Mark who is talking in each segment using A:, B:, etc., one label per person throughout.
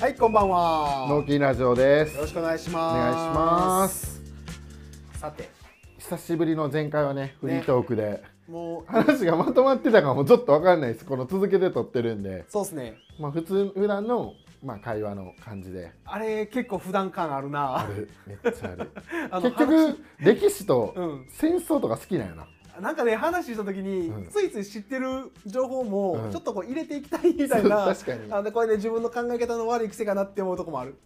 A: はい、こんばんは。
B: ノーキーラジオです
A: よろしくお願いします。
B: お願いします
A: さて、
B: 久しぶりの前回はねフリートークで、
A: もう
B: 話がまとまってたかもちょっとわかんないですこの続けて撮ってるんで
A: そうですね。
B: まあ普通普段のまあ会話の感じで
A: あれ結構普段感あるな。
B: あるめっちゃある
A: あの
B: 結局歴史と
A: うん
B: 戦争とか好きなんやな、
A: 話なんかね話した時に、
B: うん
A: ついつい知ってる情報
B: う
A: も
B: ん
A: ちょっとこう入れていきたいみたい
B: そ
A: な。
B: う確かに
A: あのこれね自分の考え方の悪い癖かなって思うとこもある。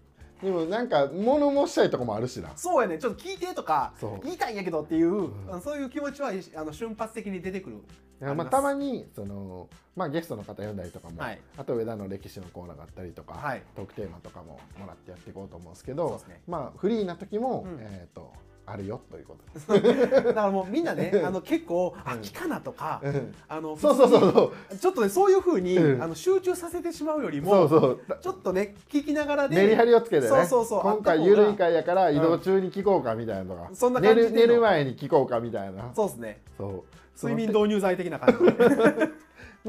B: でもなんか物申したいとこもあるしな
A: そうやね。ちょっと聞いてとか
B: そう
A: 言いたいんやけどっていう、
B: ん
A: あのそういう気持ちはあの瞬発的に出てくる。
B: いや
A: あり
B: ま
A: ま
B: あ、
A: す
B: たまにその、まあ、ゲストの方呼んだりとかも、
A: はい
B: あと上田の歴史のコーナーがあったりとか、
A: はい
B: トークテーマとかももらってやっていこうと思うんですけ
A: そう
B: ど
A: ですね
B: まあフリーな時も、
A: うん
B: えっ、とあるよということです。
A: だから もうみんなねあの結構あ
B: うん
A: 聞かなとか、
B: うん
A: あの
B: そうそうそうそう
A: ちょっとねそういうふうに、
B: うん
A: あの集中させてしまうよりも
B: そうそう
A: ちょっとね聞きながらで
B: メリハリをつけてね
A: そうそうそう
B: 今回
A: あった方
B: ゆ
A: が
B: るい回やから移動中に聞こうかみたいなのが、
A: そんな
B: 寝
A: 感じで
B: る寝る前に聞こうかみたいな
A: そうですね
B: そう
A: 睡眠導入剤的な感じ で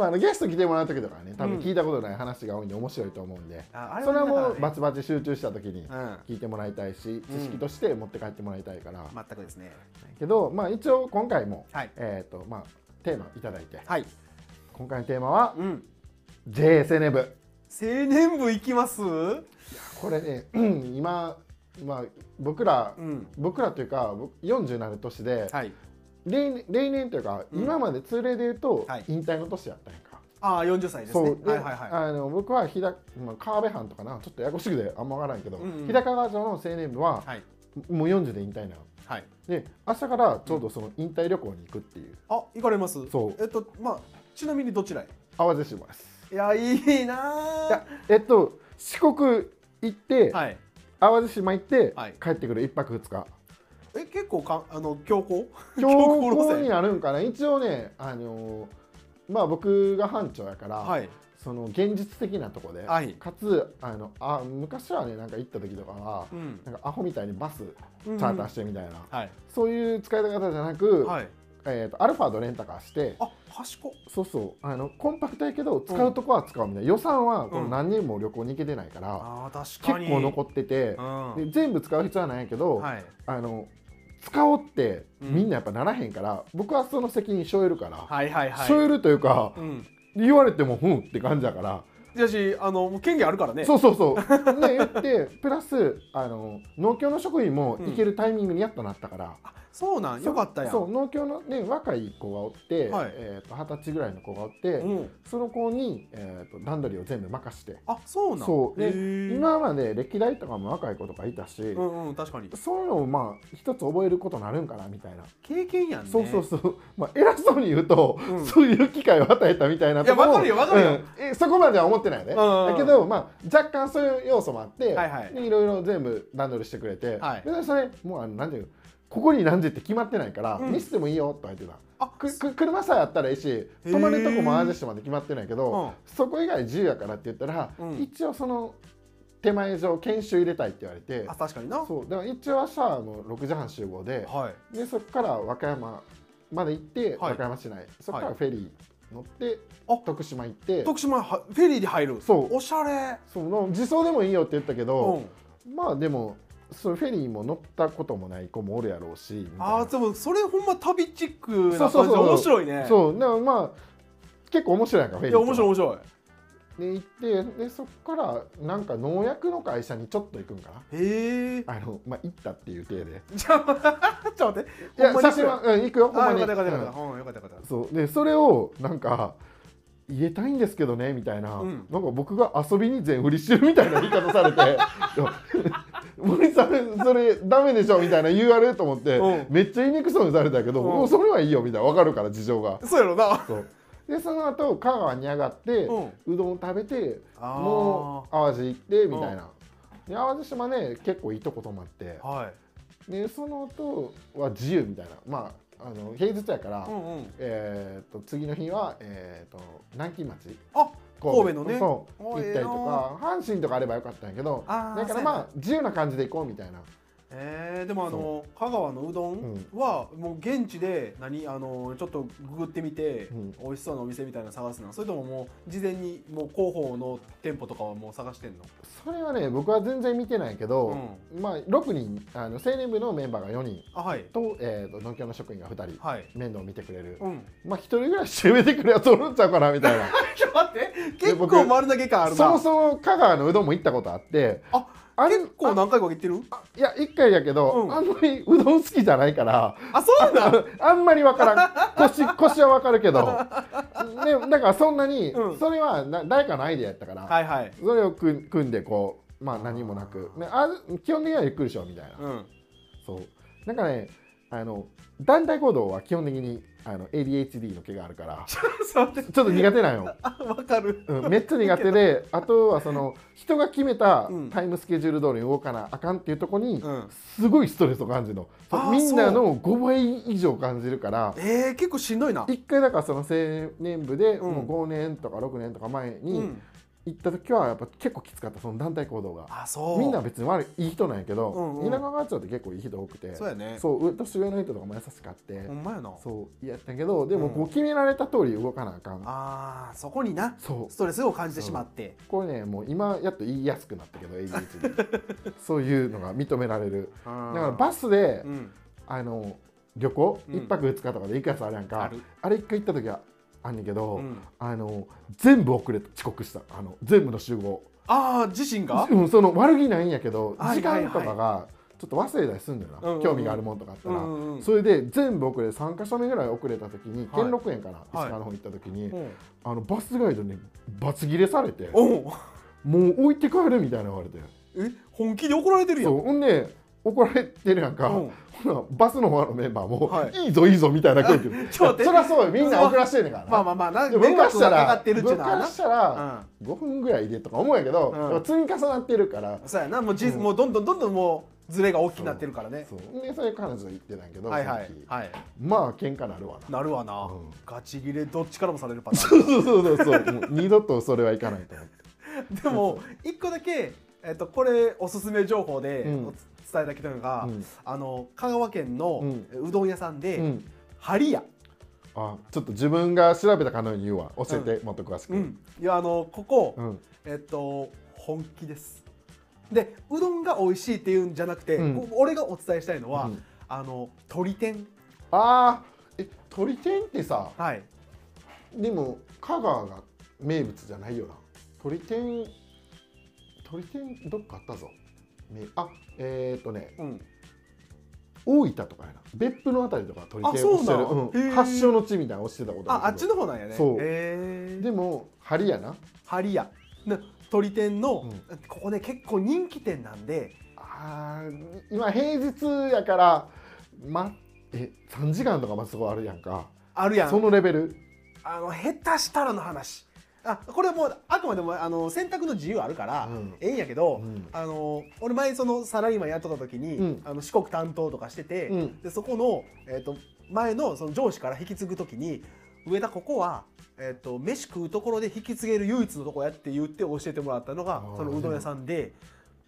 B: まあ、あのゲスト来てもらう時とかはね多分
A: うん
B: 聞いたことない話が多いんで面白いと思うんで、
A: ああれ
B: それはもう
A: だ
B: バ
A: か
B: チバチ集中した時に
A: らね
B: 聞いてもらいたいし知識として持って帰ってもらいたいから、
A: うん全くですね
B: けど、まあ、一応今回も、
A: はい
B: えーとまあ、テーマいただいて
A: はい
B: 今回のテーマは
A: うん
B: JSN 部
A: 青年部行きます
B: これねうん今、まあ、僕ら、
A: うん
B: 僕らというか僕40になる年で、
A: はい
B: 例年例年というか、
A: うん
B: 今まで通例で言うと、
A: はい
B: 引退の年やったんやんか。
A: ああ40歳です
B: そ
A: ね
B: うで
A: はいはいは
B: あの僕は日高、まあ、川辺藩とかなちょっとややこしくてあんま分からんけど、
A: うんうん、
B: 日高川町の青年部はい
A: はい
B: もう40で引退なの
A: はい
B: で明日からちょうどその引退旅行に行くっていう
A: あ行かれます
B: そう
A: えっとまあちなみにどちらへ
B: 淡路島です
A: いやいいないあ
B: やえっと四国行って、
A: はい
B: 淡路島行って、
A: はい
B: 帰ってくる一泊二日
A: え結構かあの 強行
B: 強
A: 行路線
B: 行になるんかな一応ねあのーまあ僕が班長やから、
A: はい
B: その現実的なとこで、
A: はい
B: かつあのあ昔はねなんか行った時とかは、
A: うん
B: なんかアホみたいにバスチ
A: うんうん
B: ャーターしてみたいな、
A: はい
B: そういう使い方じゃなく、
A: はい
B: えー、とアルファードレンタカーして
A: あ端っこ
B: そうそうあのコンパクトやけど使うとこは使うみたいな、予算はこの
A: うん
B: 何年も旅行に行けてないから、
A: あー確かに
B: 結構残ってて、
A: う
B: で全部使う必要はないんやけど、
A: んはい
B: あの使おうって
A: うん
B: みんなやっぱならへんから、僕はその責任背負えるから、
A: はいはいはい
B: 背負えるというか
A: うん
B: 言われてもうんって感じだから、
A: しかしあのもう権限あるからね
B: そうそうそうね言ってプラスあの農協の職員も行けるタイミングにやっとなったから、
A: あそうなんよかったやん
B: そう農協の、ね、若い子がおって
A: はい
B: えーと二十、歳ぐらいの子がおって、
A: うん、
B: その子に、えー、と段取りを全部任して
A: あそうなん
B: そうで
A: へー
B: 今まで歴代とかも若い子とかいたし、
A: うんうん確かに
B: そういうのをまあ一つ覚えることになるんかなみたいな
A: 経験やんね
B: そうそうそう、まあ、偉そうに言うと、
A: うん
B: そういう機会を与えたみたいなとこ
A: いやわかるよわかるよ
B: うんえそこまでは思ってないね、
A: うんうんうん
B: だけど、まあ、若干そういう要素もあって、
A: はいはい
B: でいろいろ全部段取りしてくれて、
A: はい
B: でそれもうあの何ていうのここに何時って決まってないから、
A: うん
B: 見せてもいいよとか言ってた
A: あ
B: くく車さえあったらいいし
A: ー
B: 泊まるとこも淡路島で決まってないけ
A: うん
B: ど、そこ以外自由やからって言ったら、
A: うん
B: 一応その手前上研修入れたいって言われて
A: あ確かになは
B: そうだから一応明日はもう6時半集合で、
A: い
B: でそこから和歌山まで行って、
A: はい
B: 和歌山市内そこからフェリー乗って、
A: あ
B: 徳島行って
A: 徳島はフェリーで入る
B: そう
A: おしゃれ
B: その自走でもいいよって言ったけ
A: う
B: ど、
A: ん
B: まあでもそのフェリーも乗ったこともない子もおるやろうしみたいな
A: あーでもそれほんま旅チックな
B: そうそう
A: 感じ
B: そ
A: で面白
B: う
A: いねう
B: そうでもまあ結構面白いやんかフェリー
A: や面白い面白い
B: で行ってでそこからなんか農薬の会社にちょっと行くんかな
A: へえ
B: あのまあ行ったっていう体で
A: じゃあちょっと待ってほ
B: いや
A: んまに
B: 写真は、うん、行くよほん
A: あ
B: ま
A: ー
B: に
A: よかったよかったよ
B: う
A: かった
B: ん
A: うんよかったよかっ
B: そうでそれをなんか入れたいんですけどねみたいな、
A: うん
B: なんか僕が遊びに全振りしてるみたいな言い方されてい や「森さんそれダメでしょ」みたいな言われると思って、
A: うん
B: めっちゃ言いにくそうにされたけど、
A: うん
B: もうそれはいいよみたいな分かるから事情が。
A: たそうやろな
B: そうでその後香川に上がって、う
A: う
B: どんを食べて
A: あー
B: もう淡路行ってみたいな。で淡路島ね結構いいとこ泊まって
A: はい
B: でその後は自由みたいなまああの平日やから、
A: うんうん
B: えー、と次の日は、えー、と南京町
A: あ神戸のね
B: そう
A: お
B: 行っ
A: ー
B: たりとか阪神とかあればよかったんやけど
A: あー
B: だか
A: そう
B: ら
A: や
B: まあ自由な感じで行こうみたいな
A: えー、でもあの香川のうどんはもう現地で何あのちょっとググってみて、
B: うん
A: 美味しそうなお店みたいなの探すのそれとももう事前にもう広報の店舗とかはもう探してんの
B: それはね僕は全然見てないけど、まあ6人あの青年部のメンバーが4人
A: あはい
B: と,、えー、と農協の職員が2人
A: はい
B: 面倒を見てくれる、
A: うん
B: まあ1人ぐらい締めてくれやつおるんちゃうかなみたいな
A: ちょっと待って結
B: 僕
A: 構丸投げ 感あるな
B: そもそも香川のうどんも行ったことあって
A: あ
B: あれ
A: 結構何回か行ってる
B: あいや1回やけど、
A: うん
B: あんまりうどん好きじゃないから
A: あそうなんだ
B: ああんまりわからん腰腰はわかるけど、ね、だからそんなに、
A: うん
B: それはな誰かのアイデアやったから、
A: はいはい
B: それを組組んでこうまあ何もなく、ね、あ基本的にはゆっくりしようみたいな、
A: うん
B: そうなんかねあの団体行動は基本的にあの ADHD の毛があ るからち
A: そうで
B: ょっと苦手なんよ、
A: あわかる
B: うん、めっちゃ苦手で あとはその人が決めた
A: うん
B: タイムスケジュール通りに動かなあかんっていうとこに、
A: うん
B: すごいストレスを感じるのそう
A: あー
B: みんなの5倍以上感じるから
A: えー、結構しんどいな
B: 一回だからその青年部で
A: うん
B: もう5年とか6年とか前
A: う
B: に
A: ん
B: 行った時はやっぱ結構きつかったその団体行動が
A: あそう
B: みんな別に悪いいい人なんやけど、
A: うんうん
B: 田舎川町って結構いい人多くて
A: そうやね
B: そう上年上の人とかも優しくあって、
A: ほんまやな
B: そうやったけどでも
A: うん
B: こう決められた通り動かなあかん、
A: あーそこにな
B: そう
A: ストレスを感じてしまって
B: これねもう今やっと言いやすくなったけど ADHD そういうのが認められる
A: だか
B: だからバスで、
A: うん、
B: あの旅行、
A: うん
B: 一1泊2日とかで行くやつあるやんか
A: ある
B: あれ1回行った時はあんねんけど、
A: うん
B: あの全部遅れた遅刻したあの全部の集合
A: ああ自身が
B: うん、その悪気ないんやけど
A: はい
B: 時
A: はいはい
B: 間とかがちょっと忘れたりすんだよな、
A: うんうんうん
B: 興味があるもんとかあったら、
A: うんうんうん
B: それで全部遅れ3か所目ぐらい遅れた時に
A: はい
B: 兼六園から石
A: はい
B: 川の方行った時に、
A: うん
B: あのバスガイドにバツ切れされて
A: おう
B: もう置いて帰るみたいな言われて
A: え本気で怒られてるや
B: そ
A: ん
B: うほんで怒られてるやんか、
A: うん
B: ほなバスの方のメンバーも、、
A: はい
B: いぞいいぞみたいな空気
A: ちょっと待って
B: そりゃそうよみんな遅らしてんねんからな
A: まあまあまあな
B: で僕
A: 迷
B: からし
A: 惑が
B: た
A: からかってるっていう
B: 僕
A: の
B: か
A: は
B: ら
A: な
B: したら5分ぐらいでとか思うんやけど、
A: うん
B: やっぱ積み重なってるから
A: うん、そうやなもう,、じ
B: うん
A: もうどんどんどんどんもうズレが大きくなってるからね
B: そうでそれ彼女言ってたんやけど、
A: はいは
B: さ
A: い
B: っき
A: はい
B: まあ喧嘩なるわな
A: なるわな、
B: うん
A: ガチ切れどっちからもされるパターン
B: そうそうそうそう もう二度とそれはいかないと思って
A: でも一個だけ、えっとこれおすすめ情報で
B: うん
A: お伝えだけたのが、
B: うん
A: あの香川県のうどん屋さんで、
B: うん
A: ハリヤ、
B: あちょっと自分が調べたかのように言うわ教えて、もっと詳しく、
A: うん、いやあのここ、
B: うん
A: えっと本気ですでうどんが美味しいっていうんじゃなくて、
B: うん
A: こ俺がお伝えしたいのは、
B: うん
A: あの鳥天
B: あーえ鳥天ってさ
A: はい
B: でも香川が名物じゃないよな鳥天鳥天どっかあったぞめあえっ、ー、とね
A: うん
B: 大分とかやな別府のあたりとか鳥天
A: あそうな
B: 推してる
A: ん
B: うん
A: へー
B: 発祥の地みたいなの推してたこと
A: ああ
B: あ
A: っ
B: るけ
A: ち
B: ど
A: の方なんやね
B: そう
A: へ
B: でも針やな
A: ハリヤな鳥天の、
B: う
A: ここね結構人気店なんで
B: あー今平日やから、ま、え3時間とか待つとこあるやんか
A: あるやん
B: そのレベル
A: あの下手したらの話あこれはもうあくまでもあの選択の自由あるから、
B: うん
A: ええんやけど、
B: うん
A: あの俺前そのサラリーマンやっとった時に、
B: うん
A: あの四国担当とかしてて、
B: うん
A: でそこの、えー、と前のその上司から引き継ぐ時に「上田ここは、えー、と飯食うところで引き継げる唯一のとこや」って言って教えてもらったのが
B: あー
A: そのうどん屋さんで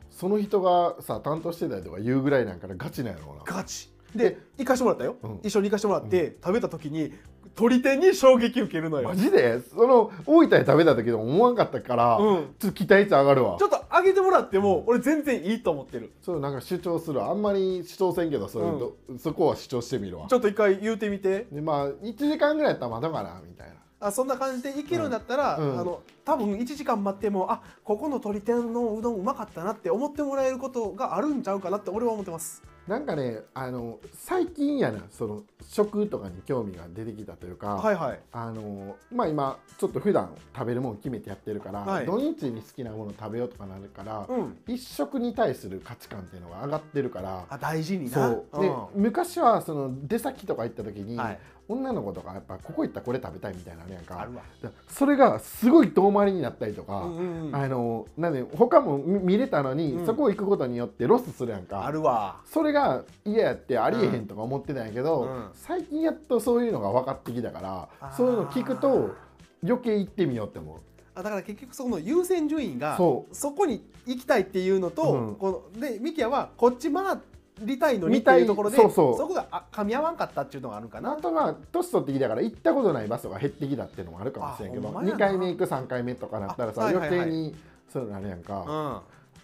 B: その人がさ担当してたりとか言うぐらいなんからガチなんやろうな
A: ガチで行かしてもらったよ、
B: うん
A: 一緒に行かしてもらって、食べた時に鳥天に衝撃受けるのよ
B: マ。ジでその大分で食べた時でも思わんかったから、
A: うん
B: ちょっと期待値上がるわ
A: ちょっと上げてもらっても俺全然いいと思ってる
B: そうなんか主張するわあんまり主張せんけどそういうと、そこは主張してみるわ
A: ちょっと一回言うてみて
B: でまあ1時間ぐらいやったらまだかなみたいな
A: あそんな感じでいけるんだったら、
B: うんうん
A: あの多分1時間待ってもあここの鶏天のうどんうまかったなって思ってもらえることがあるんちゃうかなって俺は思ってます
B: なんかねあの最近やなその食とかに興味が出てきたというか、
A: はいはい
B: あのまあ今ちょっと普段食べるもん決めてやってるから、
A: はい
B: 土日に好きなもの食べようとかなるから、
A: うん
B: 一食に対する価値観っていうのが上がってるから
A: あ大事にな
B: そう、で昔はその出先とか行った時
A: う
B: に、
A: んはい、
B: 女の子とかやっぱここ行ったらこれ食べたいみたいなのあるやん
A: あ
B: か
A: るわ
B: だからそれがすごい遠回りになったりとか、
A: うんうんうん
B: あのなんで他も見見れたのに、
A: うん
B: そこ行くことによってロスするやんか
A: あるわ
B: それが嫌やってありえへんとか思ってたんやけど、
A: うんうん
B: 最近やっとそういうのが分かってきたから、
A: あー
B: そういうの聞くと余計行ってみようって思う。
A: あだから結局そこの優先順位が
B: そ
A: こに行きたいっていうのと、
B: うん
A: このでミキヤはこっち回っりたいのにっ
B: 見
A: て
B: たい
A: いうところで
B: そうそう
A: こがあ噛み合わんかったっていうのがあるんか
B: あ
A: な
B: とまあ年取ってきたから行ったことない場所が減ってきたっていうのもあるかもしれんけ
A: あ
B: ど
A: ほんまやな
B: 2回目行く3回目とかなった
A: あ
B: ら
A: は
B: さ
A: い
B: 余
A: はいはい
B: 計にそういうのあるやん
A: う
B: か
A: ん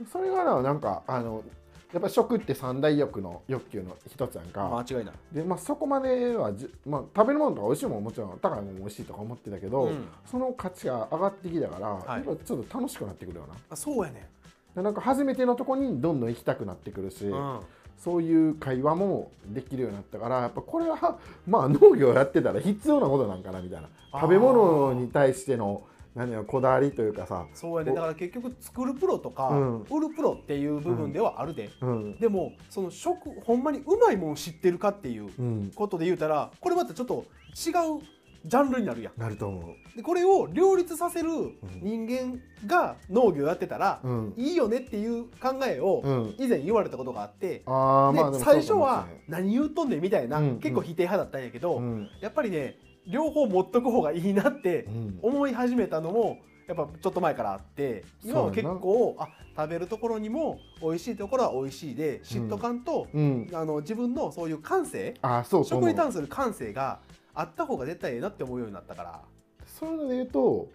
B: それがななんかあのやっぱ食って三大欲の欲求の一つやんか
A: 間違いない
B: でまあそこまではじ、まあ、食べるものとか美味しいもんもちろん高いもんも美味しいとか思ってたけど、
A: うん
B: その価値が上がってきたから、
A: はい
B: やっぱちょっと楽しくなってくるよな
A: あそうやね
B: でなんか初めてのとこにどんどん行きたくなってくるし、
A: うん
B: そういう会話もできるようになったからやっぱこれはまあ農業やってたら必要なことなんかなみたいな
A: あー
B: 食べ物に対しての何やこだわりというかさ、
A: そうやね
B: お
A: だから結局作るプロとか、
B: うん
A: 売るプロっていう部分ではあるで、
B: うん
A: でもその食ほんまにうまいもん知ってるかっていう
B: うん、
A: ことで言うたらこれまたちょっと違うジャンルになるやん
B: なると思
A: でこれを両立させる人間が農業やってたら
B: う。うん
A: いいよねっていう考えを
B: うん、
A: 以前言われたことがあって、
B: あーまあで
A: で
B: も
A: 最初は
B: そう
A: 何言うとんねんみたいな、
B: うん
A: 結構否定派だったんやけど、
B: かもしれん
A: やっぱりね両方持っとく方がいいなって
B: うんうん
A: 思い始めたのもやっぱちょっと前からあって今は
B: そうや
A: 結
B: な
A: 構あ食べるところにも美味しいところは美味しいで嫉妬感と、
B: うん、
A: あの自分のそういう感性
B: あーそうそう
A: 食
B: 思う
A: に対する感性があった方が絶対ええなって思うようになったから、
B: そういうので言うと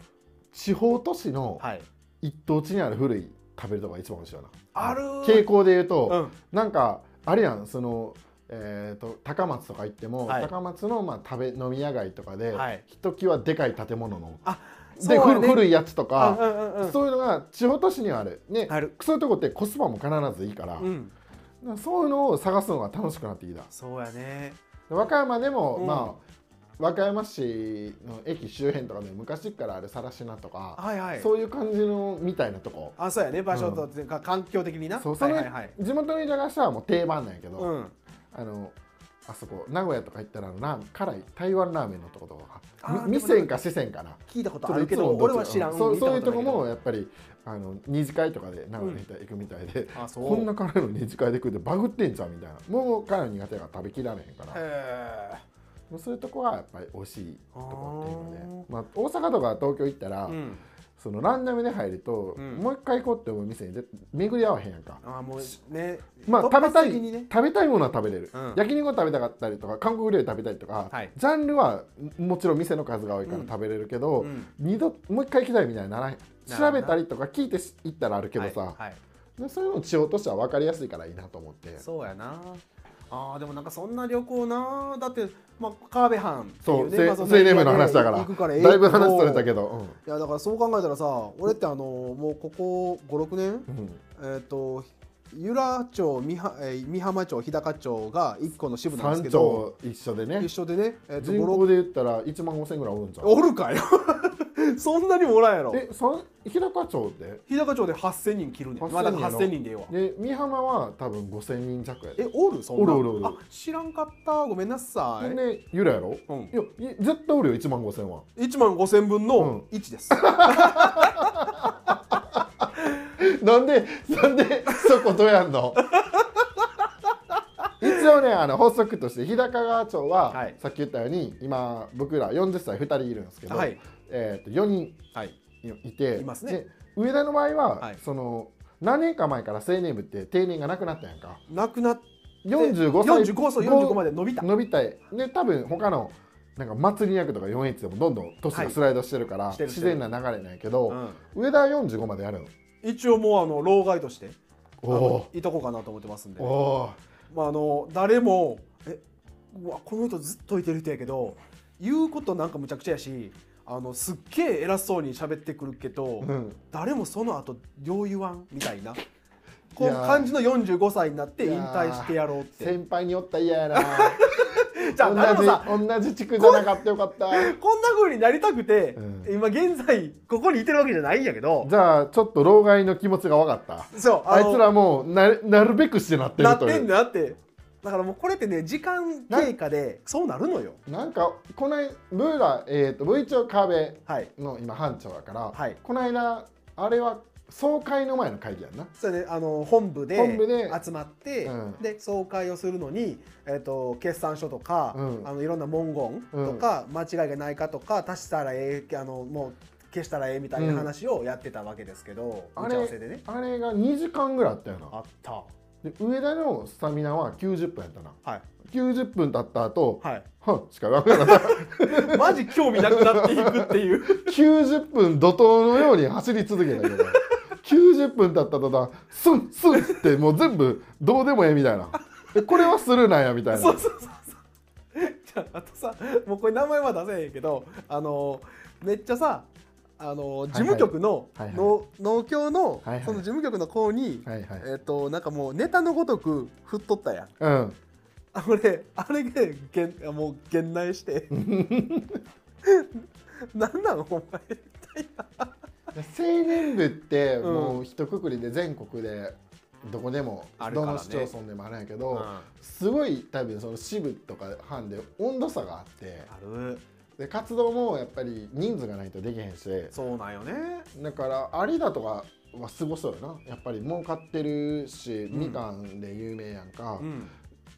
B: 地方都市の
A: はい、
B: 一等地にある古い食べるとこが一番美味しいよな、
A: ある
B: 傾向で言うと、
A: うん
B: なんかあれやんその、えー、と高松とか行っても、
A: はい
B: 高松の、まあ、食べ飲み屋街とかで、
A: はい
B: ひときわでかい建物の
A: そう
B: で、
A: や
B: 古
A: ね
B: 古いやつと
A: あ
B: か、
A: うんうんうん
B: そういうのが地方都市にはある、ね
A: ある、
B: そういうとこってコスパも必ずいいから,、
A: うん、
B: そういうのを探すのが楽しくなってきた
A: そうやね
B: 和歌山でも、
A: うん
B: まあ和歌山市の駅周辺とかで昔からある更科とか、
A: はいはい
B: そういう感じのみたいなとこ
A: あそうやね場所と、ていうか環境的にな
B: そうそ
A: はい
B: れ、
A: はいはい
B: 地元の居酒屋さんはもう定番なんやけど、
A: うん
B: あのあそこ名古屋とか行ったらラー辛い台湾ラーメンのとこと
A: あ
B: か
A: ー
B: み
A: でも
B: 店か四川かな
A: 聞いたこ
B: ち
A: とあ
B: ょっ
A: る
B: と
A: け
B: いつも
A: ど
B: どっ
A: 俺は知らん
B: そう
A: 見た
B: そういうと
A: な
B: こ
A: いけど
B: もやっぱりあの二次会とかで名古屋に行くみたいで、
A: あそう
B: こんな辛いの二次会で食うてバグってんじゃんみたいなもう辛いの苦手やから食べきられへんからも
A: へ
B: うそういうとこはやっぱり美味しいとこっていうので
A: あ、
B: まあ、大阪とか東京行ったら、
A: ーうん
B: そのランダムで入ると、
A: うん
B: もう一回行こうって思う店に絶対巡り合わへんやんか。
A: あーもうね
B: まあ、
A: 突
B: 食べ
A: 発
B: たい、
A: 的にね
B: 食べたいものは食べれる、
A: うん
B: 焼肉を食べたかったりとか韓国料理食べたりとか、
A: はい
B: ジャンルはももちろん店の数が多いから
A: うん
B: 食べれるけど、
A: うん
B: 二度もう一回行きたいみたいにならへん
A: な
B: 調べたりとか聞いてし行ったらあるけどさ、
A: はいはい
B: でそういうの地方としては分かりやすいからいいなと思って
A: そうやなあーでもなんかそんな旅行なだってまあ川辺藩ってい
B: そうう
A: ね
B: せ
A: まあの
B: 水泳部の話だから
A: 行くから
B: だいぶ話それた
A: ど
B: けど、
A: いやだからそう考えたらさ俺ってあのもうここ56年
B: うんうん
A: えっ、と由良町三は、えー三浜町日高町が一個の支部なんです
B: 山
A: けど
B: 頂一緒でね
A: 一緒でね、えーと
B: 人
A: 56
B: 口で言ったら1万5000ぐらいおるんちゃう
A: おるかよ そんなにもおらんやろ
B: えそ日高町って
A: 日高町で8000人切るねんまあだから
B: 8000
A: 8000人でええわ
B: で三浜は多分5000人弱やで
A: えおるそんな
B: おるおるおる
A: あ知らんかったごめんなさい、
B: でゆらやろ
A: うん
B: いやい絶対おるよ1万5000は
A: 1万5000分の1です、
B: なんでなんでそこどうやんの 一応ねあの法則として日高川町は、
A: はい
B: さっき言ったように今僕ら40歳2人いるんですけど、
A: はい
B: えー、と4人
A: はい
B: いいて
A: いますね
B: で上田の場合は、
A: はい
B: その何年か前から青年部って定年がなくなったやんか
A: なくなって
B: 45歳
A: 45歳45まで伸びた
B: 伸びたいで多分他のなんか祭り役とか 4H でもどんどん年がスライドしてるから、
A: はいしてる
B: 自然な流れなんやけど、
A: うん
B: 上田は45までやるの
A: 一応もうあの老害としてあ
B: お
A: のいとこうかなと思ってますんで
B: おお
A: まあ、あの誰もえうわこの人ずっといてる人やけど言うことなんかむちゃくちゃやしあのすっげえ偉そうに喋ってくるけど、
B: ーうん
A: 誰もその後よう言わんみたいなこう
B: いやー
A: 感じの45歳になって
B: い
A: 引
B: やー
A: 退してやろうって
B: 先輩におったら嫌やな
A: じゃあなるほどさ
B: 同じ同じ地区じゃなかったよかった
A: こんな風になりたくて、
B: うん
A: 今現在ここにいてるわけじゃないんやけど
B: じゃあちょっと老害の気持ちが分かった
A: そう
B: あ
A: の
B: いつらもうなるなるべくしてなって
A: な
B: る
A: って
B: とい
A: ん
B: う
A: だなってだからもうこれってね時間経過でそうなるのよ
B: なんかこの間ブーラ、えー、と V 長川辺
A: はい
B: の今班長だから、
A: はい
B: この間あれは総会の前の会議やんな
A: それであの本部で
B: 本部で
A: 集まって、
B: うん
A: で総会をするのに、えっと決算書とか、
B: うん
A: あのいろんな文言とか、間違いがないかとか足したらええあのもう消したらええみたいな話をやってたわけですけど、
B: うん
A: 打ち合わせでね
B: あれが2時間ぐらいあったよ
A: あ
B: な
A: った
B: で上田のスタミナは90分やったな
A: はい
B: 90分経った後
A: はい
B: はっしか分からなかっ
A: マジ興味なくなっていくっていう
B: た90分怒涛のように走り続けたけど90分経った途端スンスンってもう全部どうでもええみたいなえこれはするなんやみたい
A: そ
B: な
A: うそうそうそうじゃああとさもうこれ名前は出せへんけどあのめっちゃさあの事務局の
B: はいはい
A: の農協の
B: はいはい
A: その事務局の子に
B: はいはい
A: えっとなんかもうネタのごとく振っとった やん
B: うん
A: あれあれでげんもう現内して なんなのお前
B: 青年部って
A: うん
B: もう一括りで全国でどこでも
A: あるか
B: ど
A: らね
B: の市町村でもあるんやけど、すごい多分その支部とか班で温度差があって
A: ある
B: で活動もやっぱり人数がないとできへんし
A: そうなんよね
B: だから有田とかはすごそうよなやっぱり儲かってるし、
A: うん
B: みかんで有名やんか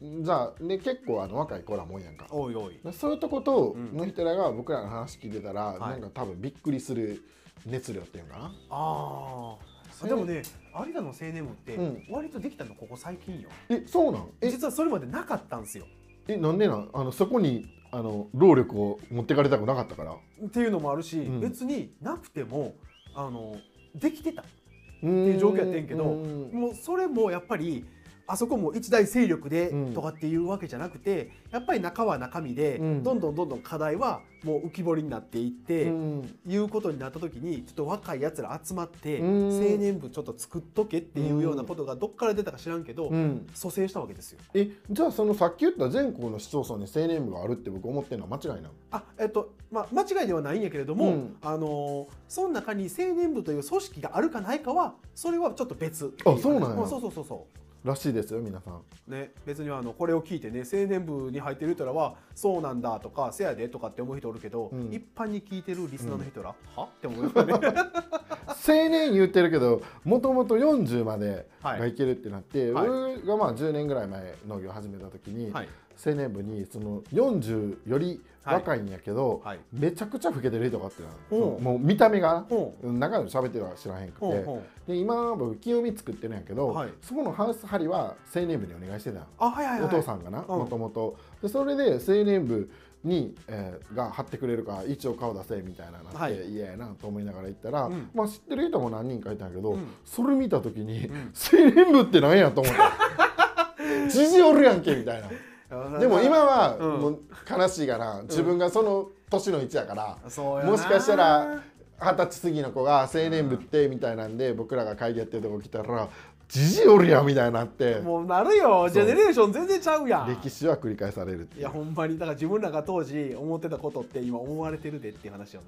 A: う、ん
B: じゃあ、ね、結構あの若い子らもんやんか
A: おいおい
B: でそういうとこと
A: うん
B: の人らが僕らの話聞いてたら、
A: い
B: なんか多分びっくりする熱量っていうんかな
A: ああでもね有田の青年部って
B: うん
A: 割とできたのここ最近よ
B: えそうなんえ
A: 実はそれまでなかったんですよ
B: えなんでなんあのそこにあの労力を持ってかれたくなかったから
A: っていうのもあるし
B: うん
A: 別になくてもあのできてた
B: って
A: いう状況やってんけどもうそれもやっぱりあそこも一大勢力で
B: うん
A: とかっていうわけじゃなくて、やっぱり中は中身で、
B: うん
A: どんどんどんどん課題はもう浮き彫りになっていって、いうことになった時にちょっと若いやつら集まって、
B: うん
A: 青年部ちょっと作っとけっていうようなことがどっから出たか知らんけど、
B: うん、
A: 蘇生したわけですよ。
B: えじゃあそのさっき言った全国の市町村に青年部があるって僕思ってるのは間違いない
A: あえっとまあ、間違いではないんやけれども、
B: うん
A: あのーその中に青年部という組織があるかないかはそれはちょっと別ってい
B: あそうなんや
A: 話そうそうそうそう
B: らしいですよ皆さん
A: ね、別にあのこれを聞いてね青年部に入ってる人らはそうなんだとかせやでとかって思う人おるけど、
B: うん
A: 一般に聞いてるリスナーの人ら、はって思うよね
B: 青年言ってるけどもともと40まで
A: はい
B: がいけるってなって、
A: はい
B: 俺がまあ10年ぐらい前農業始めた時に、
A: はい
B: 青年部にその40より若いんやけど、
A: はい
B: めちゃくちゃ老けてる人があってな
A: おう
B: もう見た目が
A: ほん
B: な中で喋ってるのは知らへんくて。
A: ほんほん
B: で今僕清見作ってるんやけど、
A: はい
B: そこのハウス張りは青年部にお願いしてたの
A: あはいはいはい
B: お父さんがな
A: うん
B: もともとでそれで青年部に、えーが張ってくれるから一応顔出せみたいななって、
A: はい
B: い、嫌やなと思いながら行ったら、
A: うん
B: まあ知ってる人も何人かいたんやけど、
A: うん
B: それ見た時に、
A: うん
B: 青年部ってなんやと思 ったジジおるやんけみたいなでも今は、
A: うん
B: もう悲しいから自分がその年の位置やから、
A: そうよな
B: もしかしたら二十歳過ぎの子が青年部ってみたいなんで僕らが会議やってるとこ来たら「じじいおるやん」みたいになって
A: もうなるよジェネレーション全然ちゃうやん
B: 歴史は繰り返されるって
A: い
B: いう
A: やほんまにだから自分らが当時思ってたことって今思われてるでっていう話よ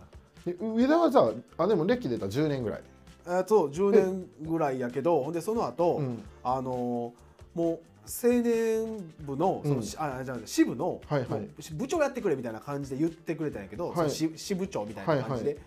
B: で上田はじゃああでも歴出た10年ぐらい、
A: なえっと10年ぐらいやけどほんでその後、
B: うん
A: あのーもう青年部のその、
B: うん
A: しあじゃあ支部の、
B: はいはい
A: もうし部長やってくれみたいな感じで言ってくれたんやけど、
B: はい
A: その支支部長みたいな感じで、
B: は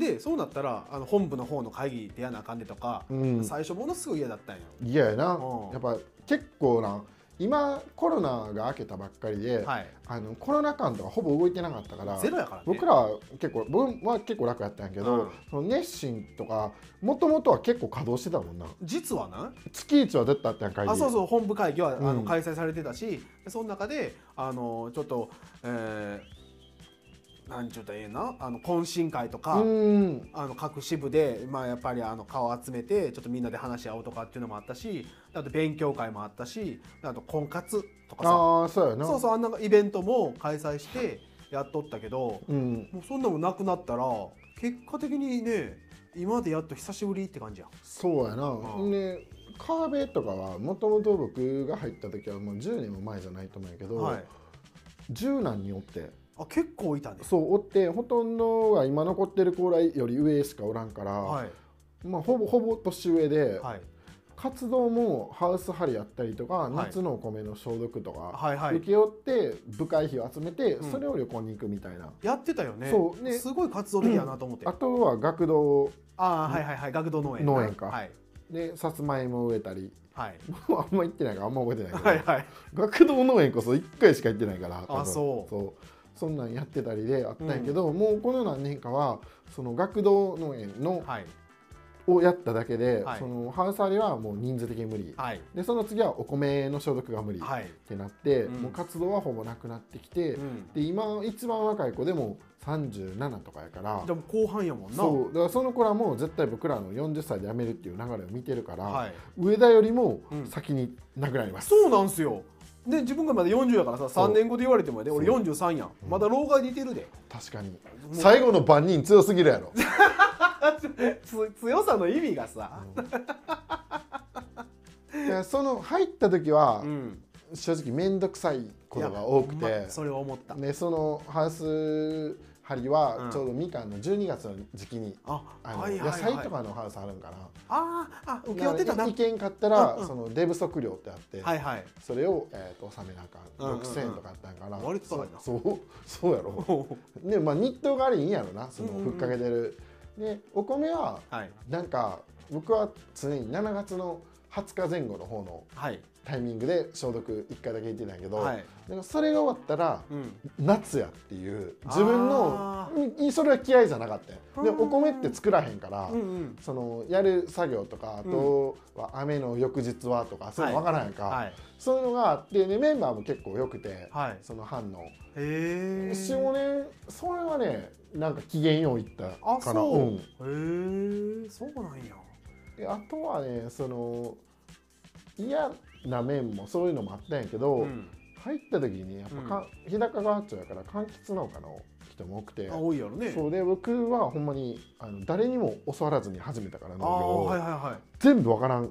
A: でそうなったらあの本部の方の会議出やなあかんでとか、
B: うん、
A: 最初ものすごい嫌だったんよ。
B: 嫌やな、
A: うん
B: やっぱ結構な今コロナが明けたばっかりで、
A: はい、
B: あのコロナ間とかほぼ動いてなかったから
A: ゼロやからね
B: 僕らは結構僕は結構楽やったんやけど、
A: うん
B: その熱心とかもともとは結構稼働してたもんな
A: 実はな
B: 月一は絶対あったやん会議
A: あそうそう本部会議は、あ
B: う
A: の
B: ん
A: 開催されてたしでその中であのちょっと、えー、なんちゅうたらええなあの懇親会とか、
B: うん
A: あの各支部で、まあ、やっぱりあの顔集めてちょっとみんなで話し合おうとかっていうのもあったしあと勉強会もあったしあと婚活とかさ
B: ああそうやな
A: そうそうあんなイベントも開催してやっとったけど
B: うん、
A: もうそんなもんなくなったら結果的にね今までやっと久しぶりって感じやん
B: そうやな、
A: うん
B: で川辺とかはもともと僕が入った時はもう10年も前じゃないと思うんやけど、
A: はい、
B: 10何人おって
A: あ結構いたね
B: そうおってほとんどが今残ってる高麗より上しかおらんから、
A: はい
B: まあ、ほぼほぼ年上で、
A: はい
B: 活動もハウス張りやったりとか
A: い
B: 夏のお米の消毒とか、
A: はいはい
B: 請け負って部会費を集めて、
A: うん
B: それを旅行に行くみたいな。
A: やってたよね
B: そうね
A: すごい活動的やなと思って、
B: あ
A: あ
B: とは学童
A: あーはいはいはい学童農園
B: 農園か
A: はい
B: でさつまいも植えたり
A: はい
B: あんま行ってないからあんま覚えてないけど、
A: はいはい
B: 学童農園こそ1回しか行ってないから
A: あ
B: 多分
A: そう
B: そうそんなんやってたりであったんやけど、もうこの何年かはその学童農園の
A: はい
B: をやっただけで、
A: はい
B: そのハウスアリはもう人数的に無理、
A: はい
B: でその次はお米の消毒が無理っ
A: はい、
B: てなって、
A: うん
B: もう活動はほぼなくなってきて、
A: うん、
B: で今一番若い子でも37とかやから
A: でも後半やもんな
B: そうだからその子らも絶対僕らの40歳で辞めるっていう流れを見てるから、
A: はい、
B: 上田よりも
A: うん
B: 先に亡くなります、
A: そうなんすよで自分がまだ40やからさ
B: そう
A: 3年後で言われてもやで俺
B: そ
A: 43やん
B: うん
A: まだ老害でいてるで
B: 確かに
A: もう
B: 最後の番人強すぎ るやろ、
A: つ強さの意味がさ、
B: いやその入った時は
A: うん、
B: 正直面倒くさいことが多く
A: いやほん
B: て
A: まそれを思った、
B: でそのハウス張り
A: う
B: は
A: ん
B: ちょうどみかんの12月の時期に
A: あ
B: あの、
A: はいはいはい
B: 野菜とかのハウスあるんかな
A: あーあ受け負ってたな
B: 意見買ったら、
A: うんうん
B: その出不足量ってあって、
A: はいはい
B: それを、えー、と納めなあか
A: うん
B: ん
A: うんうん
B: 6000円とかあったんかな、
A: 割と高いな
B: そうそうそうやろでまあ日当がありいいんやろなその
A: うんうんうん
B: ふっかけてる、でお米は
A: はい
B: なんか僕は常に7月の20日前後の方の
A: はい
B: タイミングで消毒1回だけ行ってたんやけど、
A: はい、
B: なんかそれが終わったら
A: うん、
B: 夏やっていう自分の
A: あ
B: うんそれは嫌いじゃなかったよで
A: うん
B: お米って作らへんから、
A: うんうん
B: そのやる作業とかあとは雨の翌日はとかそういうの分からへんやんか、
A: はい
B: そういうのがあって、ね、メンバーも結構良くて、
A: はいへ
B: その班の
A: え
B: 45年それはねなんか機嫌よういった
A: あ
B: かな
A: そう、
B: ん
A: へえそうなんや
B: であとはねその嫌な面もそういうのもあったんやけど、
A: ん、
B: 入った時にやっぱか、日高川町やから柑橘農家の人も多くて
A: あ多いやろね
B: そうで僕はほんまにあの誰にも教わらずに始めたから農
A: あ
B: 業
A: あ
B: を、
A: はいはいは
B: 全部わからん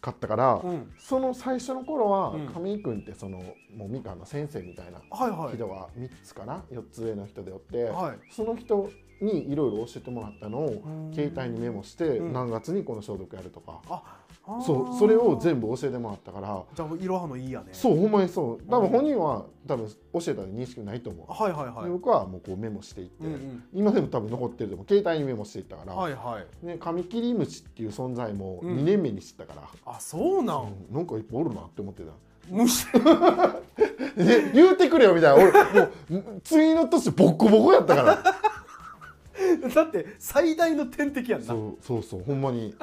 B: かったから、
A: い、うん、
B: その最初の頃は、
A: うん
B: 上井君ってそのもうみかんの先生みたいな
A: はいはい
B: 人が3つかな4つ上の人でおって、
A: はい
B: その人にいろいろ教えてもらったのを
A: うん
B: 携帯にメモして、
A: うん
B: 何月にこの消毒やるとか、
A: ああー
B: そうそれを全部教えてもらったから、
A: じゃあいろはのいいやね
B: そうほんまにそう多
A: うん
B: 分本人は多分教えたら認識ないと思う、
A: はいはいはい
B: で僕はもうこうメモしていって、
A: うんうん
B: 今でも多分残ってると思う携帯にメモしていったから、
A: はいはい
B: ね、カミキリムシっていう存在も
A: うん
B: 2年目に知ったから、
A: あそうなん
B: うんなんかいっぱいおるなって思ってた。
A: 虫
B: え言うてくれよみたいな俺もう次の年ボッコボコやったから
A: だって最大の天敵やんな
B: そうそうそうほんまに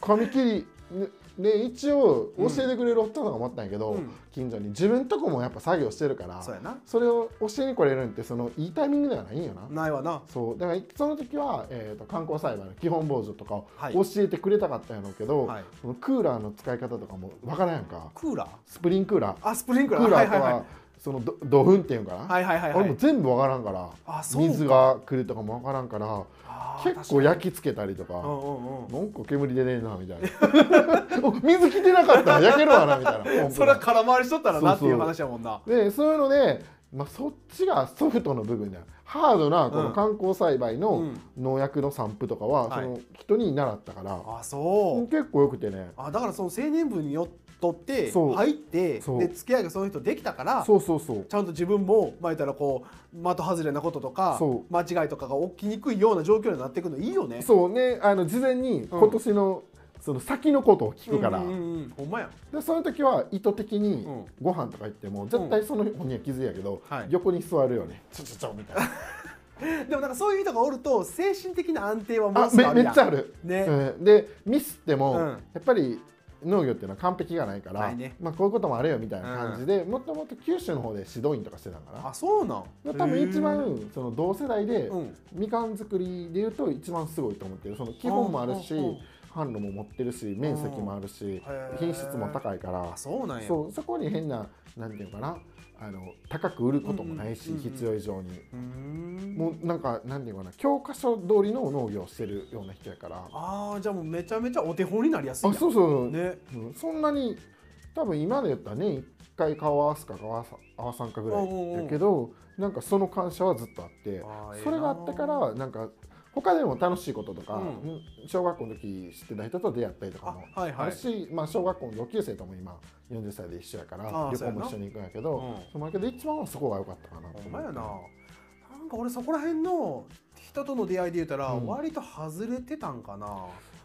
B: 髪切りねね一応教えてくれる夫とかもあったんやけど、
A: うん
B: 近所に自分とこもやっぱ作業してるから
A: そうやな
B: それを教えに来れるんってそのいいタイミングではないんよな、
A: ないわな
B: そうだからその時は、えー、と観光栽培の基本防除とかを
A: はい
B: 教えてくれたかったんやろうけど、
A: はい
B: そのクーラーの使い方とかもわからんやんか
A: クーラー
B: スプリンクーラー
A: あスプリンク
B: ク
A: ラー
B: ーラー
A: は
B: と
A: いはい
B: はそのどドフンっていうんかな、
A: はいはいはいはい
B: 俺も全部わからんから
A: あそうか
B: 水が来るとかもわからんから
A: あー
B: 結構焼き付けたりとか
A: 確かにうんうんうん
B: なんか煙出ねえなみたいな お水来てなかったら焼けるわなみたいな本当 に
A: それは空回りしとったらなってい
B: そううそう
A: 話やもんな
B: でそういうので、まあ、そっちがソフトの部分だよハードなこ
A: うん
B: の観光栽培
A: う
B: の
A: ん
B: 農薬の散布とかは、
A: はい
B: その人に習ったから、
A: あそう
B: 結構よくてね
A: あだからその青年部によっとって
B: そう
A: 入って
B: そう
A: で付き合いがその人できたから
B: そうそうそう
A: ちゃんと自分もまあ言ったらこう的外れなこととか
B: そ
A: 間違いとかが起きにくいような状況になっていくのいいよね
B: そうねあの事前に今年の、その先のことを聞くから、
A: うんうんうんうんほんまや
B: でその時は意図的に
A: うん
B: ご飯とか行っても絶対その本人は気づいやけど、
A: はい
B: 横に座るよねちょちょちょみたいな
A: でもなんかそういう人がおると精神的な安定はも
B: あ
A: うすぐ
B: め
A: あ
B: め
A: る
B: っ
A: やん
B: ちゃある、
A: ね
B: うん、でミスっても、
A: うん
B: やっぱり農業っていうのは完璧がないから
A: ないね
B: まあ、こういうこともあるよみたいな感じで、もっともっと九州の方で指導員とかしてたんか
A: あ
B: な
A: そうなん
B: で多分一番その同世代
A: へ
B: で
A: ーうん
B: みかん作りでいうと一番すごいと思ってるその基本もあるし
A: うんうんうん
B: 販路も持ってるし面積もあるし
A: ー
B: 品質も高いから
A: あそうなんや
B: そうそこに変ななんていうのかなあの高く売ることもないし、
A: うんうんうんうん
B: 必要以上に、
A: うーん
B: もうなんかなんていうのかな教科書通りの農業をしてるような人やからあ
A: ああじゃあもうめちゃめちゃお手本になりやすい
B: そう
A: やん
B: そうそう、
A: ね
B: うんそんなに多分今で言ったら年1回顔合わすか顔合わさ合わさんかぐら
A: おうおうおう
B: いやけどなんかその感謝はずっとあって
A: あーええな
B: それがあったからなんか他でも楽しいこととか、
A: うん
B: うん小学校の時知ってた人と出会ったりとかも
A: あはいはい
B: あるし、まあ、小学校の同級生とも今40歳で一緒やから
A: あー
B: 旅
A: そう
B: 行
A: やな
B: も一緒に行くんやけど。
A: うん
B: そうまあけど一番はそこが良かったかなと
A: ほ
B: 思うん
A: まやななんか俺そこら辺の人との出会いで言うたら
B: うん
A: 割と外れてたんかな、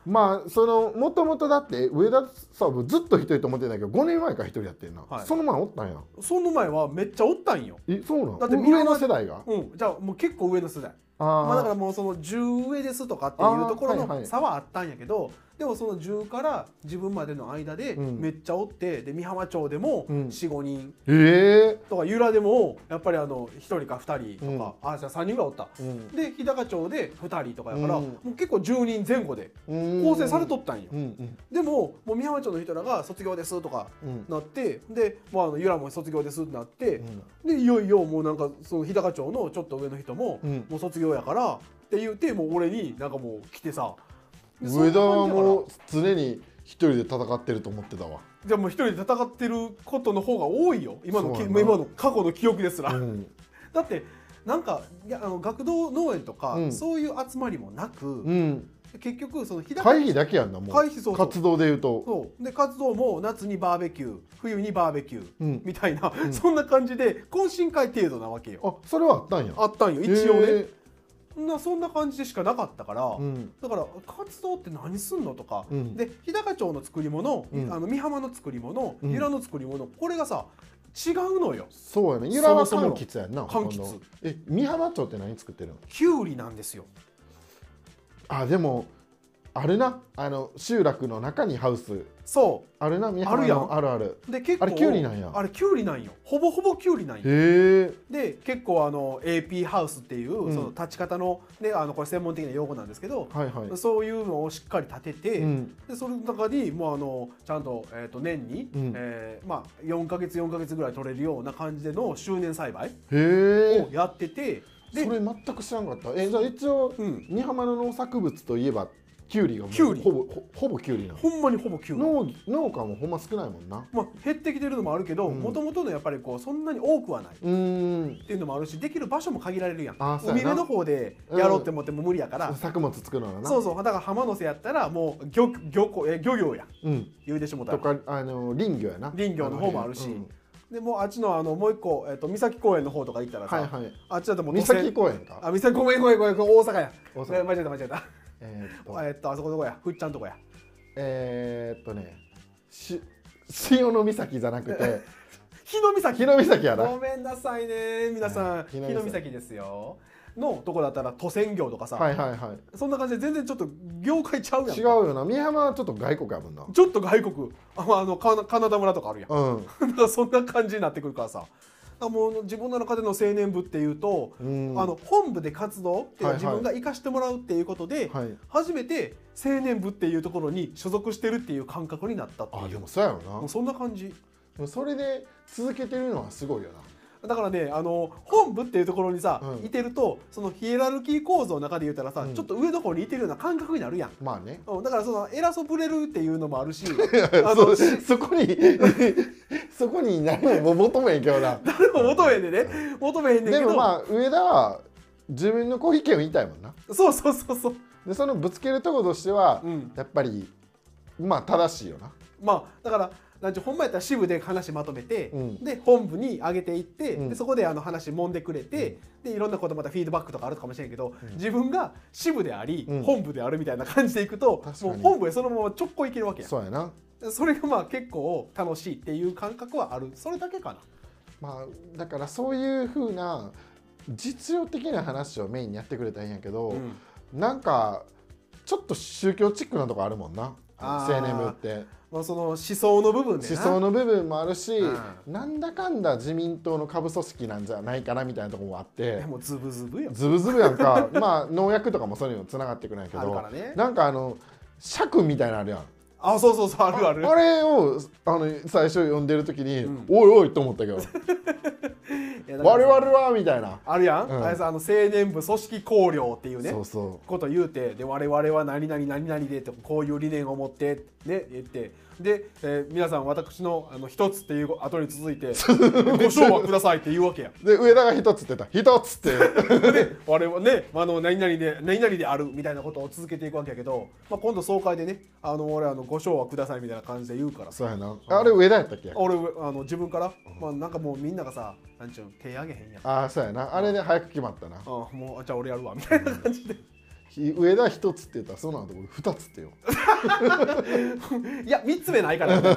B: まあそのもともとだって上田サブずっと一人と思ってたけど5年前から一人やってんな、
A: はい
B: その前おったんや
A: その前はめっちゃおったんよ
B: えそうなん
A: だって
B: 上の世代が
A: うんじゃあもう結構上の世代
B: あ
A: まあ、だ
B: ー、
A: からもうその10上ですとかっていうところ
B: あーはいは
A: の
B: い
A: 差はあったんやけどでもその10から自分までの間で
B: うん
A: めっちゃおってで美浜町でも
B: うん
A: 45人
B: え
A: とか由良でもやっぱりあの1人か2人とか、あじゃあ3人ぐらいおった
B: えうん
A: で日高町で2人とかやから、
B: うん
A: もう結構10人前後で
B: うん
A: 構成されとったんよ、
B: うんうん
A: でももう美浜町の人らが卒業ですとか
B: うん
A: なってで、まあ、あの由良も卒業ですってなって
B: う、ん
A: でいよいよもうなんかその日高町のちょっと上の人も、
B: うん
A: もう卒業やからって言ってもう俺になんかもう来てさで
B: 上田は
A: そんな感じだ
B: もう常に一人で戦ってると思ってたわ、
A: からじゃあもう一人で戦ってることの方が多いよ今のき
B: そうや
A: 今
B: な
A: の過去の記憶ですら、
B: うん
A: だってなんかいやあの学童農園とか、
B: うん
A: そういう集まりもなく、
B: うん、
A: 結局その日高
B: 会費だけやんなもう
A: 会費そうそう
B: 活動で言うと、
A: そうで活動も夏にバーベキュー冬にバーベキュー
B: うん、
A: みたいな、
B: ん
A: そんな感じで懇親会程度なわけよ
B: あそれはあったんや
A: あったんよ一応ね、
B: へ
A: なそんな感じでしかなかったから、
B: えうん
A: だから活動って何すんのとか、
B: うん
A: で日高町の作り物、
B: うん
A: あの美浜の作り物
B: うん
A: 由良の作り物これがさ違うのよ
B: そうやね由良は
A: そもそ
B: 柑
A: も
B: 橘やんな
A: 柑橘
B: 今度え美浜町って何作ってるの
A: きゅうりなんですよ
B: あでもあるなあの集落の中にハウス
A: そ
B: あるな美
A: あ
B: 浜
A: るやん
B: のあるある
A: うで結構
B: あれきゅうりなんや
A: あれきゅうりなんよほぼほぼきゅうりなんよ
B: へえ
A: で結構あの AP ハウスっていう、
B: うん
A: その立ち方の,、ね、あのこれ専門的な用語なんですけど、
B: はいはい
A: そういうのをしっかり立てて、
B: うん
A: でそれの中にもうあのちゃんと,、えー、と年に、
B: うん
A: えーまあ、4か月4か月ぐらい取れるような感じでの周年栽培
B: へえ
A: をやってて、で
B: それ全く知らんかったえじゃあ一応
A: うん、
B: 美浜の農作物といえばキュウリがもう
A: キュウリ
B: ほぼほほぼキュウリなの
A: ほんまにほぼ9割、
B: 農農家もほんま少ないもんな
A: まあ、減ってきてるのもあるけど
B: うん
A: もともとのやっぱりこうそんなに多くはない。っ
B: うーん
A: ていうのもあるしできる場所も限られるやん
B: あーそうや
A: 海
B: な
A: 辺の方でやろうって思っても無理やから、
B: 作物作るのはな
A: そうそうだから浜の瀬やったらもう漁漁港え漁業やん
B: うん
A: 言うてしもた
B: と
A: ら
B: かあの林業やな
A: 林業の方もあるし
B: うん
A: でもうあっちのあのもう一個、えっと三崎公園の方とか行ったらさ、
B: はいはい
A: あっちだともう
B: 三
A: 都
B: 崎
A: 心
B: 公園か
A: あ三崎ごめんごめんごめんごめん大阪や
B: 大阪
A: ね間違えた間違えた
B: えーっと
A: えっとあそこどこやふっちゃんとこや
B: えーっとねし潮の岬じゃなくて
A: 日の岬
B: 日の岬やな
A: ごめんなさいね皆さん、
B: はい
A: 日の
B: 日の
A: 岬
B: 岬
A: ですよのとこだったら都仙業とかさ、
B: はいはいは
A: そんな感じで全然ちょっと業界ちゃうや
B: い
A: ん
B: 違うよな美浜はちょっと外国やもんな
A: ちょっと外国ああのカナカナダ村とかある やん
B: うん
A: だからそんな感じになってくるからさだからもう自分の中での青年部っていうと、
B: うん
A: あの本部で活動っていうのは
B: はい
A: 自
B: はい
A: 分が生かしてもらうっていうことで、
B: はい
A: 初めて青年部っていうところに所属してるっていう感覚になったっていう
B: あでもそうやろな
A: もうそんな感じ
B: でもそれで続けてるのはすごいよな
A: だからねあの本部っていうところにさ、
B: うん
A: いてるとそのヒエラルキー構造の中で言ったらさ、
B: うん
A: ちょっと上の方にいてるような感覚になるやん。
B: まあね
A: うんだからその偉そうぶれるっていうのもあるしあ
B: そ
A: の
B: う
A: し
B: そこに そこに何も求めへんけどな
A: 誰も求めへんでね求めへんねんけ
B: で
A: ど
B: もまあ上田は自分のこう意見を言いたいもんな
A: そうそうそうそう、
B: でそのぶつけるとことしては、
A: うん、
B: やっぱりまあ正しいよな
A: まあだからなんちゅうほんまやったら支部で話まとめて、
B: うん
A: で本部に上げていって、
B: うん
A: でそこであの話揉んでくれて、でいろんなことまたフィードバックとかあるかもしれんけど、自分が支部であり、
B: うん
A: 本部であるみたいな感じでいくと
B: 確か
A: も
B: に
A: う本部へそのままちょっこいけるわけやん
B: そうやな
A: それがまあ結構楽しいっていう感覚はあるそれだけかな
B: まあだからそういうふうな実用的な話をメインにやってくれたらいいんやけど、
A: うん
B: なんかちょっと宗教チックなとこあるもんな
A: あ
B: 青
A: ー
B: 年部って
A: まあ、その思想の部分で
B: 思
A: な
B: 想の部分もあるし、
A: う
B: なんだかんだ自民党の下部組織なんじゃないかなみたいなとこもあって
A: でもズブズブよ
B: ズブズブやんか まあ農薬とかもそういうのつながってくるんやけ
A: あるか
B: ど
A: らね
B: なんかあの尺みたいなのあるやん
A: あそうそうそうあるある
B: あれをあの最初読んでる時に、
A: うん
B: おいおいと思ったけ ど
A: いやだから
B: 我々はみたいな、
A: あるやん、
B: うん
A: あれさあの青年部組織綱領っていうね
B: そうそ
A: こと言うてで我々は何々何々でとこういう理念を持ってね言ってで、えー皆さん私のあの一つっていう後に続い てご賞はくださいって言うわけや
B: うで上田が一つって言った一つって
A: で我々はねあの何々で何々であるみたいなことを続けていくわけやけど、まあ、今度総会でねあの俺あのご賞はくださいみたいな感じで言うからさ
B: そうやなあれ上田やったっけ
A: 俺あの自分から、まあ、なんかもうみんながさなんちゅうの手挙げへんやんあ
B: ああそうやなあれで早く決まったな
A: もうじゃあ俺やるわみたいな感じで
B: ひ上田一つって言ったらその後俺二つってよ
A: いや3つ目ないからね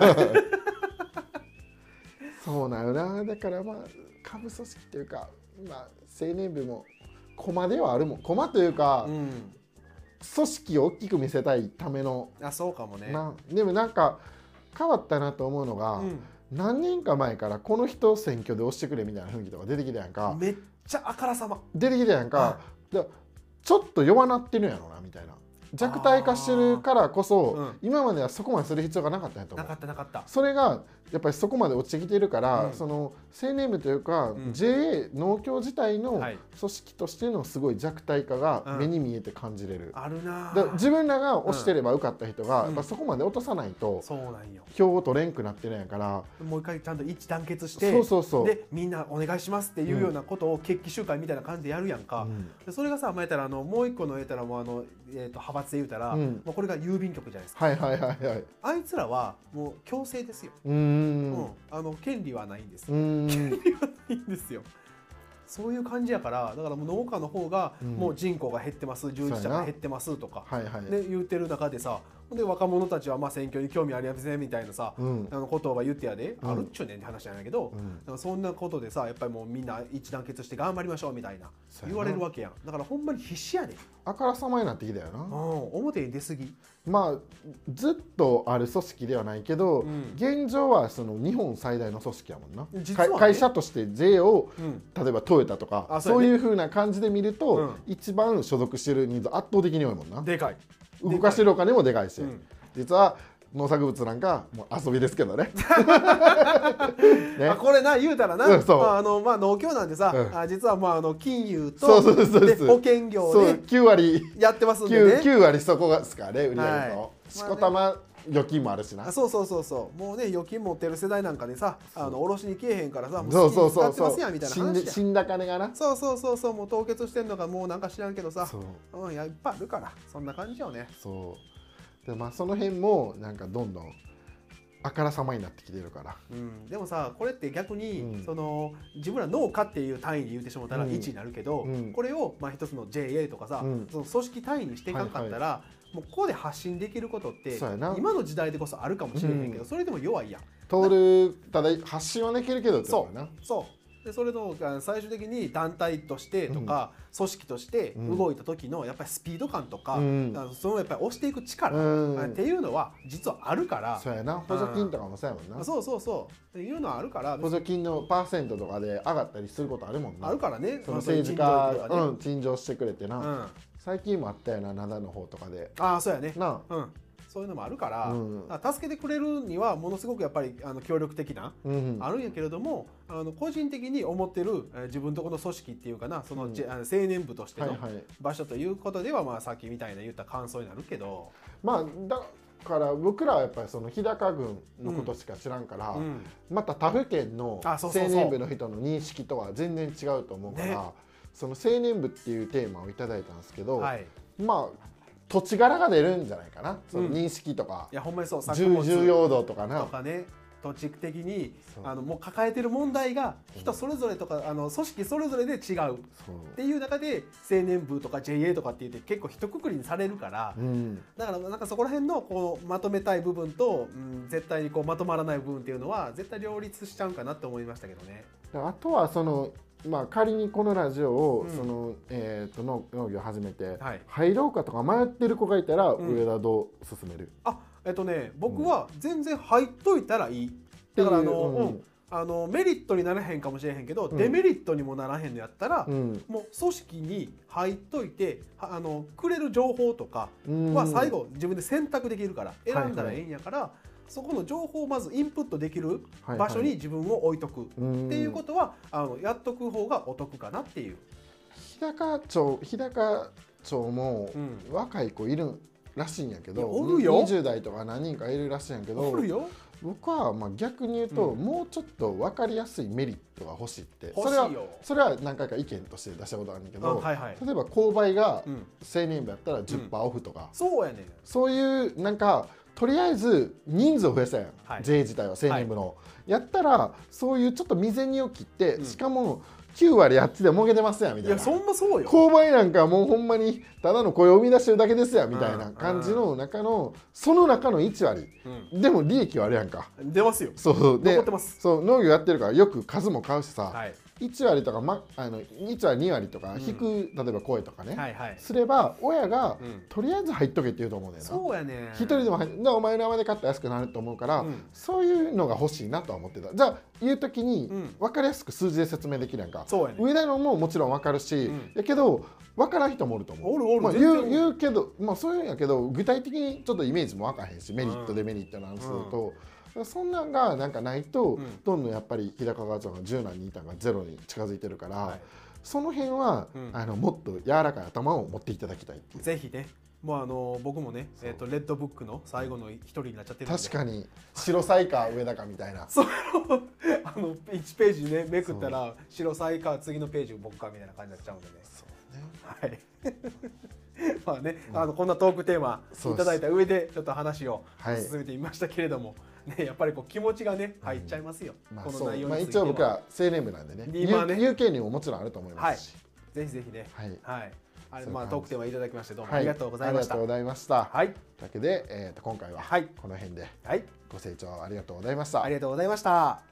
B: そうなよなだからまあ下部組織というかまあ青年部も駒ではあるもん駒というか、
A: うん
B: 組織を大きく見せたいための、
A: あそうかもね
B: なでもなんか変わったなと思うのが、
A: う
B: 何年か前からこの人選挙で押してくれみたいな雰囲気とか出てきたやんか
A: ん、めっちゃあからさま
B: 出てきたやんかだちょっと弱なってるんやろなみたいな弱体化してるからこそ、
A: あーうん
B: 今まではそこまでする必要がなかったんやと思
A: な
B: う
A: かったなかった
B: それがやっぱりそこまで落ちてきてるから、
A: うん
B: その青年部というか、
A: うん
B: JA 農協自体の
A: はい
B: 組織としてのすごい弱体化
A: う
B: が
A: ん
B: 目に見えて感じれる、
A: あるな
B: だ自分らが押してれば受かった人が、
A: うん
B: やっぱそこまで落とさないと
A: そうなんよ
B: 票を取れんくなってるんやから、
A: もう一回ちゃんと一致団結して
B: そうそうそう、
A: でみんなお願いしますっていうようなことを決起集会みたいな感じでやるやんか、
B: うん
A: でそれがさ、まあ、言ったらあのもう一個の言ったらもうあの、えー、と派閥で言うたら、
B: うん
A: もうこれが郵便局じゃないですか
B: はいはいはいはい
A: あいつらはもう強制ですよ、
B: うー
A: うん
B: ん
A: あの権利はないんです
B: うーん
A: いいんですよそういう感じやからだからもう農家の方が
B: うん
A: もう人口が減ってます従事者
B: そうや
A: が
B: な
A: 減ってますとか、
B: はいはい、
A: ね、言ってる中でさほんで若者たちはまあ選挙に興味ありませんみたいなさ、
B: うん
A: あの言葉言ってやで、
B: うん
A: あるっちゅうねんって話じゃないけど、
B: うん
A: だからそんなことでさやっぱりもうみんな一致団結して頑張りましょうみたいな
B: そう
A: 言
B: やな
A: われるわけやんだからほんまに必死やで、
B: あからさまになってきたよ
A: うん、
B: な、
A: 表に出過ぎ
B: まあずっとある組織ではないけど、
A: うん
B: 現状はその日本最大の組織やもんな、
A: 実は
B: か
A: ね
B: 会社として J を
A: うん
B: 例えばトヨタとか
A: あそ
B: そうう
A: や
B: いうふうな感じで見ると、
A: うん
B: 一番所属してる人数圧倒的に多いもんな
A: でかい
B: 動かしてるお金もでかいし、
A: うん
B: 実は農作物なんかもう遊びですけ どねね
A: あこれな言うたらな、
B: うんそう
A: まああのまあ、農協なんでさ、
B: うん
A: あ実はまああの金融と
B: そうそうそう
A: で
B: そう
A: 保険業
B: そう
A: で
B: 9割
A: やってますんで
B: 9,
A: ね。
B: 9割そこがですからね売り上げの、
A: は
B: しこたま預金もあるしな、
A: あそうそうそうそうもうね預金持ってる世代なんかでさあの下ろしに消えへんからさもう
B: そう
A: 好き
B: そ
A: に使っ
B: うそう
A: て
B: そ
A: ま
B: う
A: すやんみたいな
B: 死ん
A: 話
B: で
A: や
B: 死んだ金がな
A: そうそうそうそうもう凍結してんのがもうなんか知らんけどさ
B: そう
A: う、ん、いやいっぱいあるからそんな感じよね
B: そうでまあその辺もなんかどんどんあからさまになってきてるから
A: うん、でもさこれって逆に、
B: うん
A: その自分ら農家っていう単位で言ってしまったら
B: うん
A: 1になるけど、
B: うん
A: これを、まあ、一つの JA とかさ、
B: うん
A: その組織単位にしていかんかったら、もうここで発信できることって
B: そうやな
A: 今の時代でこそあるかもしれへんけど、
B: うん
A: それでも弱いやん。
B: 通るただ発信はできるけどってこ
A: そ
B: と
A: う
B: だな
A: そうでそれとあの最終的に団体としてとか、組織として
B: うん
A: 動いた時のやっぱりスピード感とか、
B: うん
A: あのそのやっぱり押していく力、
B: うん
A: あっていうのは実はあるから
B: そうやな補助金とかもそうやもんな
A: そうそうそうっていうのはあるから
B: 補助金のパーセントとかで上がったりすることあるもんな
A: あるからね
B: その政治家
A: まあそういう人道とかね
B: うん陳情してくれてな、
A: うん、あ
B: 最近もあったよな灘の方とかで
A: あーそうやね、
B: な
A: うん、そういうのもあるから,、
B: うん
A: 助けてくれるにはものすごくやっぱりあの協力的な、
B: うん
A: あるんやけれどもあの個人的に思ってるえー自分とこの組織っていうかなその、
B: うん
A: じあの青年部として
B: はい
A: の
B: はい
A: 場所ということでは、まあ、さっきみたいな言った感想になるけど、
B: まあだから僕らはやっぱりその日高郡のことしか知らんから、
A: うん
B: また他府県の
A: あ
B: 青
A: そうそうそう
B: 年部の人の認識とは全然違うと思うから
A: ね
B: その青年部っていうテーマをいただいたんですけど、
A: はい、い
B: まあ土地柄が出るんじゃないかなその認識とか、
A: やほんまにそう作
B: 重
A: 物
B: 重要度とかな
A: とかね土地的に
B: そう
A: あのもう抱えてる問題が人それぞれとかあの組織それぞれで違うっ
B: そう
A: ていう中で青年部とか JA とかって言って結構一括りにされるから、
B: うん
A: だからなんかそこら辺のこうまとめたい部分と、うん、絶対にこうまとまらない部分っていうのは絶対両立しちゃうんかなって思いましたけどね。
B: あとはそのまあ仮にこのラジオを、
A: うん
B: そのえー、と農農業始めて、
A: はい
B: 入ろうかとか迷ってる子がいたら、
A: うん
B: 上田どう進める
A: あえっとね僕は全然入っといたらいい。だからあの、
B: うん
A: うんあのメリットにならへんかもしれへんけど、
B: うん
A: デメリットにもならへんのやったら、
B: うん
A: もう組織に入っといてはあのくれる情報とか
B: うん
A: は最後自分で選択できるから
B: いはい
A: 選んだらええんやから、そこの情報をまずインプットできる
B: はいはい
A: 場所に自分を置いとく。
B: うん
A: っていうことはあのやっとく方がお得かなっていう。
B: 日高町日高町も
A: うん
B: 若い子いるらしいんやけど、
A: いやおるよ
B: 20代とか何人かいるらしいんやけど
A: おるよ。
B: 僕はまあ逆に言うと、
A: うん
B: もうちょっと分かりやすいメリットが欲しいって
A: 欲しい
B: それは
A: よ
B: それは何回か意見として出したことあるんだけ
A: あ
B: ど、
A: はいはい。
B: 例えば購買が
A: うん。
B: 青年部やったら10%オフとか、
A: そうやねん。
B: そういうなんかとりあえず人数を増やしたやん、
A: はい
B: J 自体は青年部の、やったらそういうちょっと未然に起きて、しかも9割あっちで儲けてますやんみ
A: い
B: たい
A: や
B: な
A: そんなそうよ
B: 購買なんかもうほんまにただの雇用を生み出してるだけですやんみたいな
A: うん
B: 感じの中のその中の1割
A: うん
B: でも利益はあるやんか
A: 出ますよ
B: そうそうで
A: 残ってます
B: そう農業やってるからよく数も買うしさ、
A: はい
B: 1割とか、ま、あの1割2割とか
A: うん
B: 引く、例えば声とかね、
A: はいはい
B: すれば親が、
A: うん
B: とりあえず入っとけって言うと思うんだよな
A: そうやね
B: 一人でも入っでお前の名前で買ったら安くなると思うから、
A: うん
B: そういうのが欲しいなとは思ってたじゃあ言う時に、
A: うん
B: 分かりやすく数字で説明できるやんか
A: そうやね
B: 上田のももちろん分かるし、
A: うん
B: やけど分からん人もおると思う
A: おるおる
B: まあ、
A: 全然
B: 言
A: お
B: う
A: る
B: 言うけど、まあ、そういうんやけど具体的にちょっとイメージも分からへんしメリット
A: うん
B: デメリットの話すると、そんなんがなんかないと、
A: うん
B: どんどんやっぱり日高川町が10何人いたのがゼロに近づいてるから、
A: はい
B: その辺は、
A: うん
B: あのもっと柔らかい頭を持っていただきたいっていう
A: ぜひねもうあの僕もね
B: そう
A: えっとレッドブックの最後の一人になっちゃってるんで
B: 確かに白菜か上田かみ たいな
A: その あの1ページねめくったら白菜か次のページ僕かみたいな感じになっちゃうんでねはい まあね、あのこんなトークテーマ
B: そう
A: い
B: です
A: ただいた上でちょっと話を
B: はい
A: 進めてみましたけれども、ね、やっぱりこう気持ちがね入っちゃいますよ、
B: まあ
A: こ
B: そ
A: の
B: う
A: 内容
B: まあ、
A: について
B: 一
A: は
B: 応僕ら青年部なんでね有
A: 今ね
B: 有権利ももちろんあると思いますし、
A: ぜひぜひね
B: はい
A: はいあれ
B: そういう感じ
A: まあトークテーマいただきましてどうも
B: は
A: ありがとうございました
B: ありがとうございました、
A: はい
B: というわけで、えー、と今回は
A: はい
B: この辺で
A: はい
B: ご清聴ありがとうございました
A: ありがとうございました